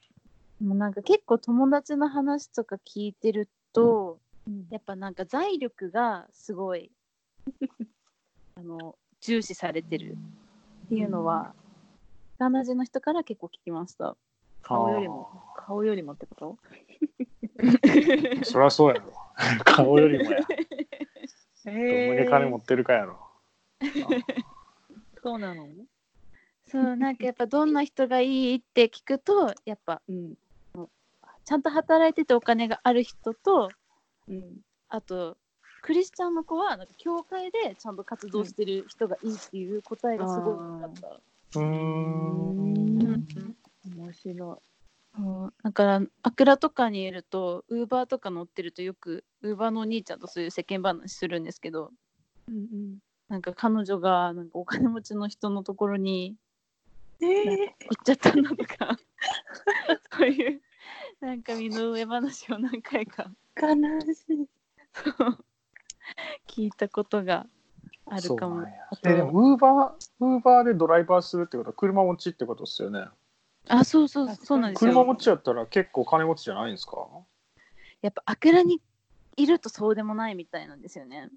C: もうなんか結構友達の話とか聞いてるとやっぱなんか財力がすごい あの重視されてるっていうのはガーナ人の人から結構聞きました。
B: 顔よりも顔よりもってこと
A: あーそりゃそうやろ顔よりもやどんだけ金持ってるかやろ
B: そうなの、
C: そうなんかやっぱどんな人がいいって聞くとやっぱ
B: うん
C: ちゃんと働いててお金がある人と
B: うん、
C: あとクリスチャンの子はなんか教会でちゃんと活動してる人がいいっていう答えがすごい多かった、
A: うー
B: うん面白
C: そうだからアクラとかにいるとウーバーとか乗ってるとよくウーバーのお兄ちゃんとそういう世間話するんですけど
B: い。うんうん
C: なんか彼女がなんかお金持ちの人のところに
B: え
C: 行っちゃったんだとか そういうなんか身の上話を何回か
B: ー、悲しい。
C: 聞いたことがあるか
A: そう
C: も
A: なんや。
C: あと
A: えでもウーバーウーバーでドライバーするってことは車持ちってことですよね
C: あ、そうそう、
B: あ
C: そうなんです
A: 車持
C: よ。
A: ちやったら結構金持ちじゃないんですか
C: やっぱアクラにいるとそうでもないみたいなんですよね。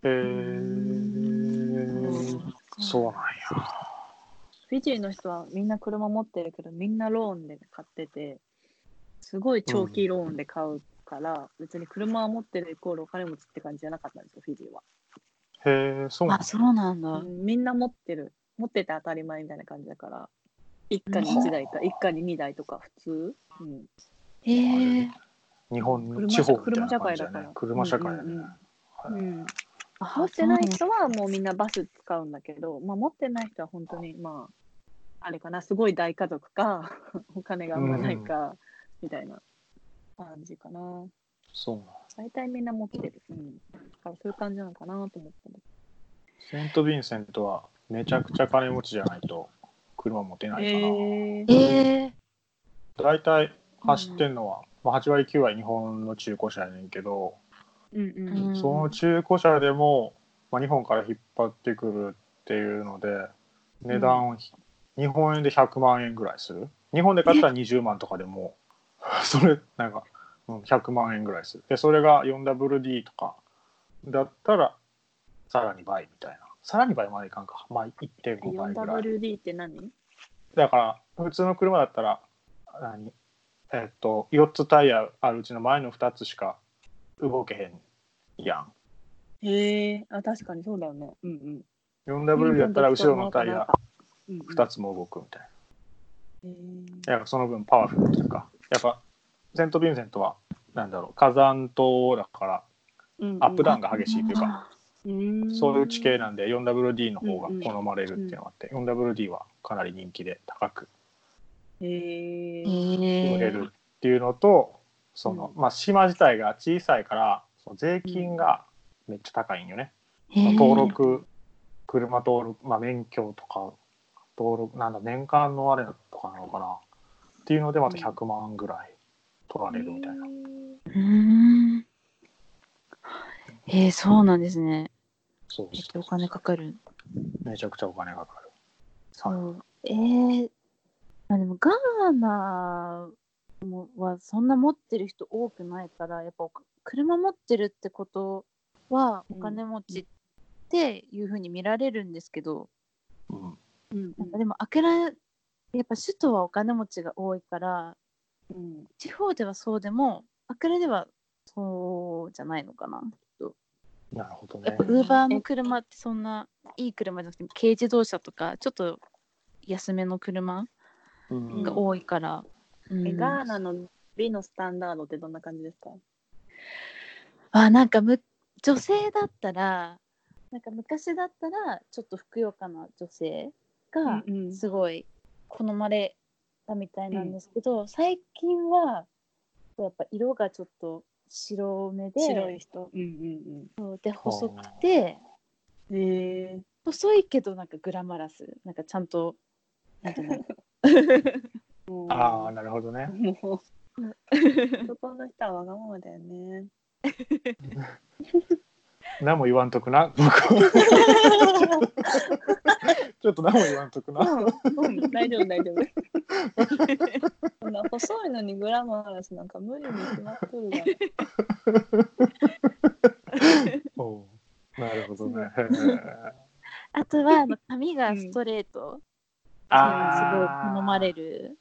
A: へえー、そうなんや
B: フィジーの人はみんな車持ってるけどみんなローンで買っててすごい長期ローンで買うから、別に車を持ってるイコールお金持ちって感じじゃなかったんですよフィジーは、
A: へえそうなん
C: あ、そうなんだ。
B: うんみんな持ってる持ってて当たり前みたいな感じだから一家に1台か一家に2台とか普通、うん、
C: へえ。
A: 日本の
B: 車
A: 地方みたいな
B: 車社
A: 感
B: 会
A: じ
B: だ
A: だ
B: から
A: ね車社会だね、
B: うんうんうん
A: はい
B: うん、
C: あ
B: 持ってない
C: そう
B: 人はもうみんなバス使うんだけど、まあ、持ってない人は本当にまああれかなすごい大家族か お金があんまないか、みたいな感じかな
A: そうなん
B: 大体みんな持ってる、うん、だからそういう感じなのかなと思ったんだ
A: セント・ヴィンセントはめちゃくちゃ金持ちじゃないと車持てな
B: け
A: い
B: ど
A: かな、
C: な
B: え
C: んだへえ。
A: 大体走ってんのは、まあ、8割9割日本の中古車やねんけど、
B: うんう
C: う
B: ん
C: ん
A: その中古車でも、まあ、日本から引っ張ってくるっていうので値段をひ、日本円で100万円ぐらいする日本で買ったら20万とかでも それなんか、うん、100万円ぐらいするでそれが 4WD とかだったらさらに倍みたいなさらに倍までいかんかまあ1.5倍ぐらい
B: 4WD って何
A: だから普通の車だったら何えっと4つタイヤあるうちの前の2つしか動けへんやん
B: へえあ確かにそうだよねうんうん
A: 4W だったら後ろのタイヤ
B: うんうん
A: 2つも動くみたい
B: へ
A: な。やっぱその分パワフルというか、やっぱセント・ヴィンセントは、なんだろう、火山島だから、
B: えうんうん
A: アップダウンが激しいというか、
B: うん
A: そういう地形なんで 4WD の方が好まれるっていうのがあって、4WD はかなり人気で高く
B: へえ
C: へ
A: 売れ
C: え。
A: るっていうのと、その、
B: う
A: まあ、島自体が小さいから、その税金がめっちゃ高いんよね。
C: へえ
A: 登録、車登録、まあ、免許とか、登録、なんだ、年間のあれとかなのかな。っていうので、また100万ぐらい取られるみたいな。
C: うーんえー、そうなんですね。
A: そう
C: めっちゃお金かかる。
A: めちゃくちゃお金がかかる。
C: そ
A: は
C: う。えー、まあでもガーナもはそんな持ってる人多くないから、やっぱお車持ってるってことはお金持ちっていうふうに見られるんですけど、
A: いうん
B: うん
C: なんかでもあけらやっぱ首都はお金持ちが多いから、
B: うん
C: 地方ではそうでも、あけらではそうじゃないのかな。
A: なるほど
C: や
A: ね
C: っぱ。ウーバーの車ってそんないい車じゃなくて軽自動車とかちょっと安めの車
A: うん
C: が多いから、うん
B: えガーナの美のスタンダードってどんな感じですか
C: あなんかむ女性だったらなんか昔だったらちょっとふくよかな女性が
B: うんうん
C: すごい好まれたみたいなんですけど、最近はやっぱ色がちょっと白目で
B: 白い人。うんうん
C: で細くて
B: うん。ええ
C: 細いけどなんかグラマラスなんかちゃんとなんていうの
A: ああ、なるほどね。
B: もう、男の人はわがままだよね。
A: 何も言わんとくな。 僕ちょっと何も言わんとくな。
B: うん、大丈夫、大丈夫。そんな細いのにグラマラスなんか無理に決まっとるが。
A: おうなるほどね。
C: あとはあの髪がストレート、
A: あ
C: すごい好まれ
A: る。
C: る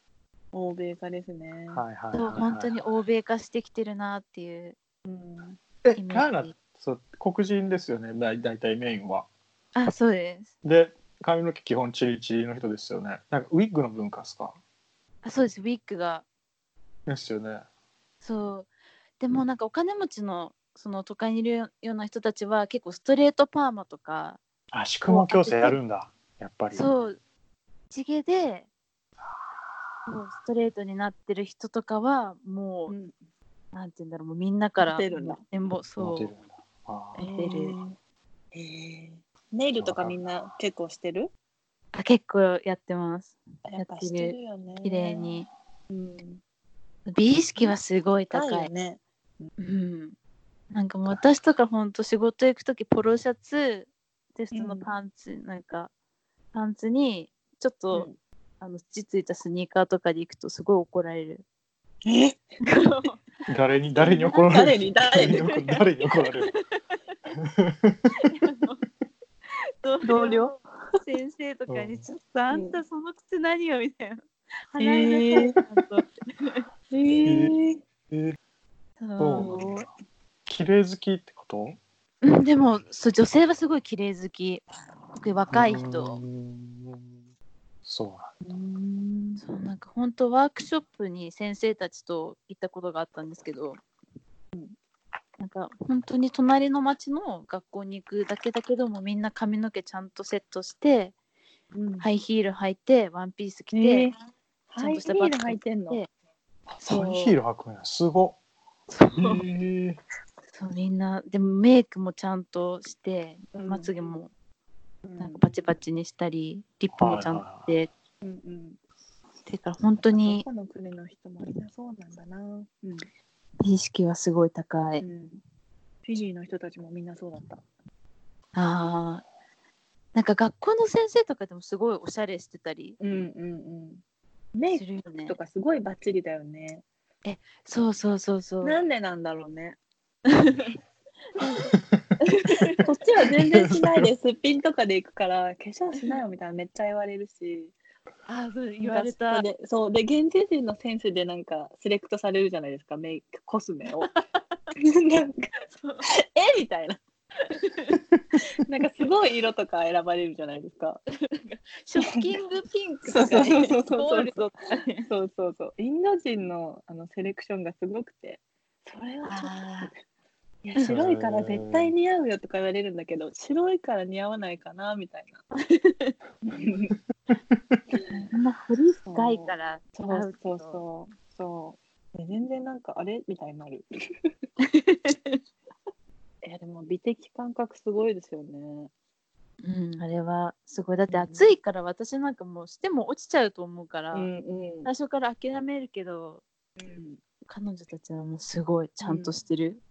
B: 欧米化ですね。
A: はいはいはい
C: と
A: はい。
C: 本当に欧米化してきてるなっていう
B: うん。
A: え
C: イメージ
A: ガーナそう黒人ですよねだい大体メインは。
C: あそうです
A: で髪の毛基本チリチリの人ですよね。なんかウィッグの文化ですか
C: あそうですウィッグが
A: ですよね。
C: そうでもなんかお金持ちのその都会にいるような人たちは結構ストレートパーマとか
A: あ宿毛矯正やるんだやっぱり。
C: そう地毛でそうストレートになってる人とかはもう、
B: うん
C: なんて言うんだろうもうみんなから
B: モテるんだ
C: もう羨望そ
A: モテ
C: う
A: るんだあ
B: え
A: ー
C: 出る
B: えーネイルとかみんな結構してる
C: あ結構やってます
B: やっぱしてるよね。
C: 綺麗。に
B: うん。
C: 美意識はすごい高
B: 高い
C: い
B: よね。
C: うん、なんかもう私とかほんと仕事行く時ポロシャツテストのパンツ、なんかパンツにちょっと、
B: うん
C: あの土ついたスニーカーとかで行くとすごい怒られ る
B: え
A: 誰に誰に怒られ
B: 誰
A: る
B: に誰に
A: 誰に誰に怒られる
B: 同僚
C: 先生とかに「ちょっと
B: ん
C: あんたその靴何よ」みたいな
B: へ
C: 払いな
B: え
C: さいちゃんと
B: えー
A: そう
C: そう
A: 綺麗好きってこと
C: うんでもそう女性はすごい綺麗好き特に若い人。
A: うーんそうなんだ
B: うん
C: そうなんか本当ワークショップに先生たちと行ったことがあったんですけど、なんか本当に隣の町の学校に行くだけだけどもみんな髪の毛ちゃんとセットして
B: うん
C: ハイヒール履いてワンピース着て、
B: えー
C: ち
B: ハ
C: ゃん
B: イ
C: とし
B: ヒ
C: た
B: ー
C: バッ
B: ル
C: グ
B: 履いてんの。
C: そう
A: ハイヒール履くんやすご
C: そう
A: っ。へえ
C: そうみんなでもメイクもちゃんとして
B: うん
C: まつげも
B: うん
C: なんかバチバチにしたりリップもちゃんとして、
B: うんうん。
C: てか本当
B: ど
C: に
B: この国の人もみんなそうなんだな。うん。
C: 美意識はすごい高い。
B: うんフィジーの人たちもみんなそうだった。
C: ああ。なんか学校の先生とかでもすごいおしゃれしてたり
B: うんうんうん。メイ
C: す
B: ク
C: るよね
B: と。かすごいバッチリだよね。
C: そうそうそうそう。
B: なんでなんだろうね。 こっちは全然しないですっぴんとかで行くから化粧しないよみたいなめっちゃ言われるし
C: あそう
B: なんかそれでそうで現地人のセンスでなんかセレクトされるじゃないですかメイクコスメ をなんか
C: そう
B: えみた いななんかすごい色とか選ばれるじゃないですか
C: ショッキングピンク
B: そう
C: と
B: そ
C: かね
B: うそうそうそう
C: ゴールドとかね。
B: そうそうそうインド人のあのセレクションがすごくてそれはちょっと
C: あ
B: いや白いから絶対似合うよとか言われるんだけど白いから似合わないかなみたい な
C: あ。そんな堀深いから違
B: そ
C: う
B: うそうそうそうで全然なんかあれみたいになるいやでも美的感覚すごいですよね
C: う。うん、あれはすごい。だって暑いから私なんかもうしても落ちちゃうと思うから、
B: うんうん
C: 最初から諦めるけど、
B: うん
C: 彼女たちはもうすごいちゃんとしてる、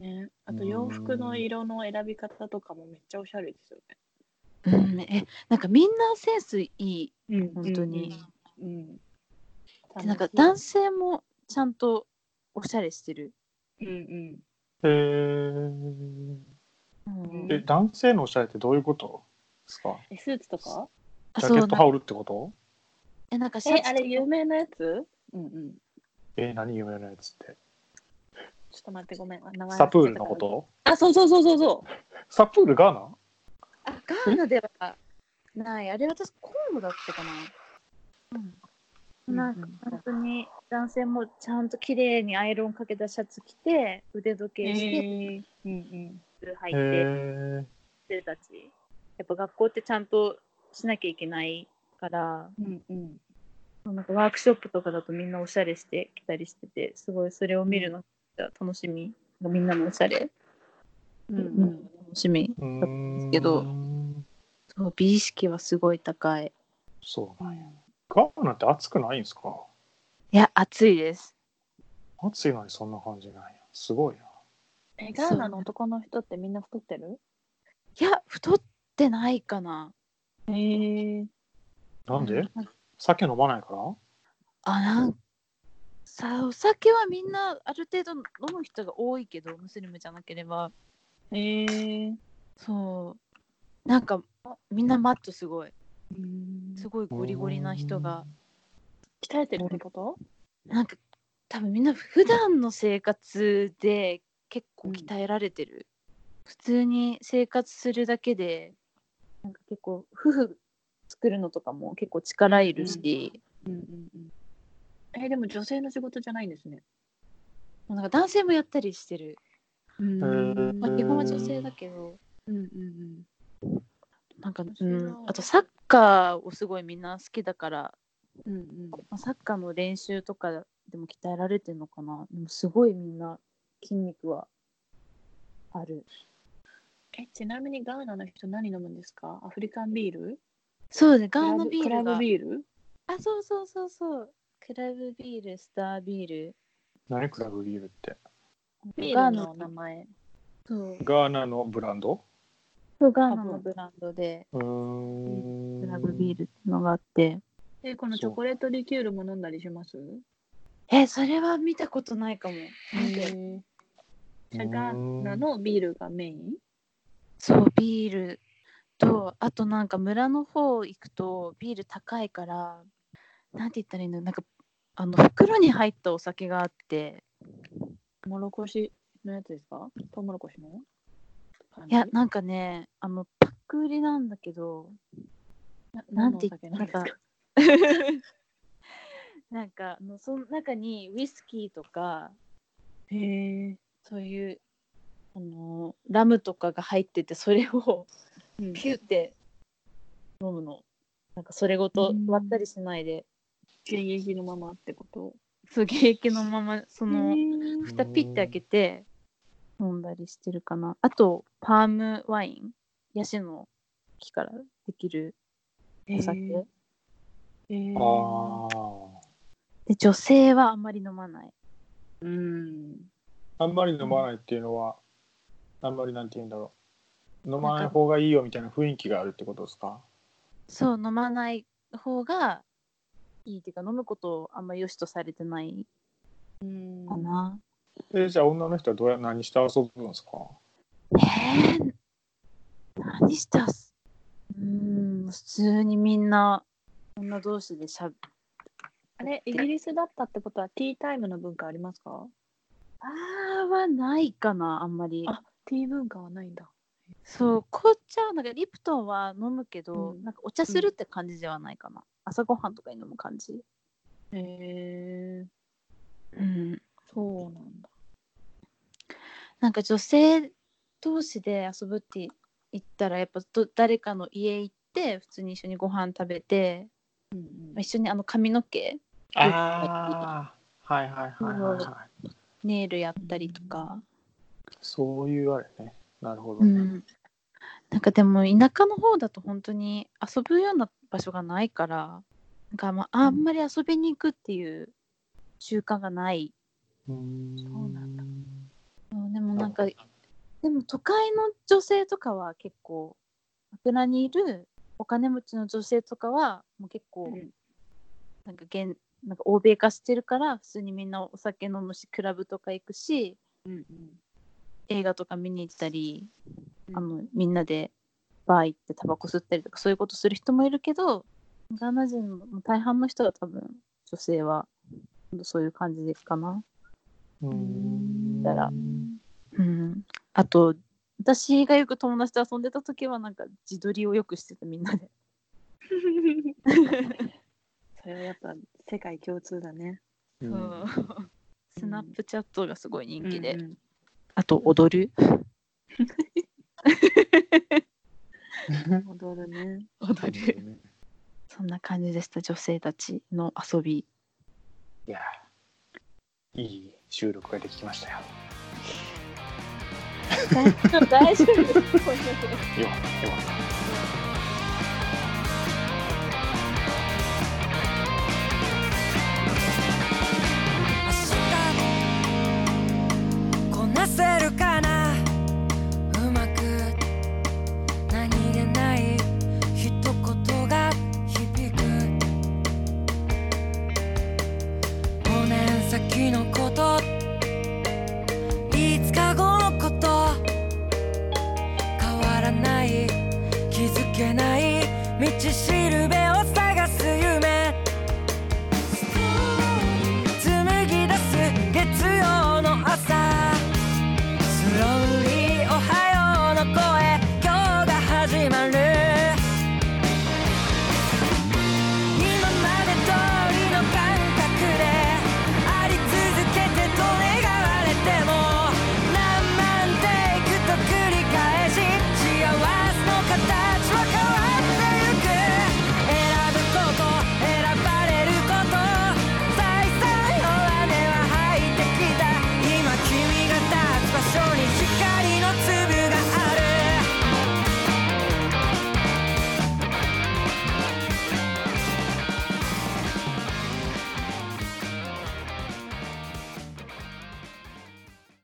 B: ね、あと洋服の色の選び方とかもめっちゃおしゃれですよね。
C: うんえなんかみんなセンスいい本当に、
B: うん。
C: でなんか
B: ダ
C: 男
B: ンス
C: 性もちゃんとおしゃれしてる、
B: うんうん。
A: えー、
C: うん
A: え、男性のおしゃれってどういうことですか
B: え、スーツとか
C: あ
A: ジ
C: そ
A: ャケ
C: うな
A: ット羽織るってこと
C: えなんかシャ
B: え、
C: ツ
B: あれ有名なやつうんうん。
A: えー、何有名なやつって。
B: ちょっと待って、ごめん。名前
A: サプールのこと
B: あ、そうそうそうそうそ
A: サプールガーナ
C: あガーナではないあれ私コンゴだったかな
B: う。
C: なんか本当に男性もちゃんと綺麗にアイロンかけたシャツ着て腕時計して
B: えうんうん。
C: 靴履い
A: へ
C: て、
A: え
C: 生たちやっぱ学校ってちゃんとしなきゃいけないから
B: うんうん。
C: なんかワークショップとかだとみんなおしゃれしてきたりしててすごいそれを見るのが楽しみみんなのおしゃれ、
B: う
C: うん楽しみ
A: ー。うーん。
C: けどそう美意識はすごい高い
A: そう。
B: はい
A: ガーナって暑くないんですか
C: いや暑いです
A: 暑いのにそんな感じなんや。すごいな。
B: え、ガーナの男の人ってみんな太ってる
C: いや太ってないかな
B: へえ。
A: なんで、
C: う
A: 酒飲まないから
C: あなんさお酒はみんなある程度飲む人が多いけどムスリムじゃなければ
B: へえ。
C: そうなんかみんなマットすごい
B: うん
C: すごいゴリゴリな人が
B: 鍛えてるってこと
C: なんか多分みんな普段の生活で結構鍛えられてる、普通に生活するだけでなんか結構夫婦作るのとかも結構力いるし、
B: うんうんうん。え、でも女性の仕事じゃないんですね。
C: もうなんか男性もやったりしてる、
B: う
A: ー
C: まあ、基本は女性
A: へ
C: だ
A: ー
C: けど
B: うんうんうん。
C: なんか、う
B: 白い
C: ん、あとサッカーをすごいみんな好きだから、
B: うんうん。
C: まあ、サッカーの練習とかでも鍛えられてるのかなでもすごいみんな筋肉はある
B: え、ちなみにガーナの人何飲むんですかアフリカンビール
C: そうねガ
B: クラ
C: ーナ
B: ブ
C: ビー
B: クラ
C: ル
B: ブ
C: が
B: ビール
C: あそうそうそうそうクラブビールスタービール
A: 何クラブビールって。
B: ビ
C: ガ
B: ー
C: ー
B: ル
C: ナ
B: の名前。
C: そう
A: ガーナのブランド
C: そうガーナのブランドで
A: うーん。
C: クラブビールってのがあって
B: え、このチョコレートリキュールも飲んだりします
C: えそれは見たことないかもなんで
B: え。じゃあガーナのビールがメイン
C: そうビールとあとなんか村の方行くとビール高いからなんて言ったらいいのなんかあの袋に入ったお酒があって
B: もろこしのやつですかトウモロコシの
C: いやなんかねあのパック売りなんだけど
B: な
C: なんて言
B: 何
C: っ
B: のお酒な
C: た
B: んですか
C: か。 なんかあのその中にウイスキーとか
B: へえ。
C: そういうあのラムとかが入っててそれを
B: うん
C: ピュって飲むのなんかそれごと
B: うん
C: 割ったりしないで、
B: 現役のままってこと
C: そう現役のままそ
B: こ
C: の蓋ピッて開けて飲んだりしてるかなあとパームワインヤシの木からできるお酒、
A: あー
C: で女性はあんまり飲まない
B: うん。
A: あんまり飲まないっていうのは、あんまりなんて言うんだろう。飲まない方がいいよみたいな雰囲気があるってことですか
C: そう飲まない方がいいっていうか飲むことをあんまり良しとされてない
B: うん
C: かな、
A: えーじゃあ女の人はどうや何して遊ぶんですか
C: えー、何したっすうーん普通にみんな女同士でしゃべ
B: あれ、イギリスだったってことはティータイムの文化ありますか
C: あーはないかなあんまり
B: あ、ティー文化はないんだ。
C: そう紅茶はなんかリプトンは飲むけど、
B: うん
C: なんかお茶するって感じではないかな、朝ごはんとかに飲む感じ
B: へえ。
C: うん
B: そうなんだ。
C: なんか女性同士で遊ぶって言ったらやっぱど誰かの家行って普通に一緒にご飯食べて
B: うん
C: まあ一緒にあの髪の毛
A: ああ、はいはいはいはい、
C: うん
A: はい。
C: ネイルやったりとか、
A: そういうあれね。なるほど
C: う
A: ね。
C: ん、なんかでも田舎の方だと本当に遊ぶような場所がないからなんかまああんまり遊びに行くっていう習慣がない
A: そう
C: なんだうんでもなんかでも都会の女性とかは結構桜にいるお金持ちの女性とかはもう結構、
B: うん
C: なんか現なんか欧米化してるから普通にみんなお酒飲むしクラブとか行くし
B: うん
C: 映画とか見に行ったり、
B: うん
C: あ のみんなでバー行ってタバコ吸ったりとかそういうことする人もいるけどガーナ人の大半の人は多分女性はそういう感じですかな。
A: うん
C: だからうん、あと私がよく友達と遊んでた時はなんか自撮りをよくしてたみんなで。
B: うん。それはやっぱ世界共通だね。
A: う
C: うんんスナップチャットがすごい人気で、
B: うんうん
C: あと踊る
B: 踊るね。
C: 踊るそんな感じでした女性たちの遊び
A: いやいい収録ができましたよ。
C: 大丈夫大丈夫
A: よかったよかった。
D: 明日もこなせるかなうまく何気ない一言が響く5年先のこと5日後のこと変わらない気づけない道しるべ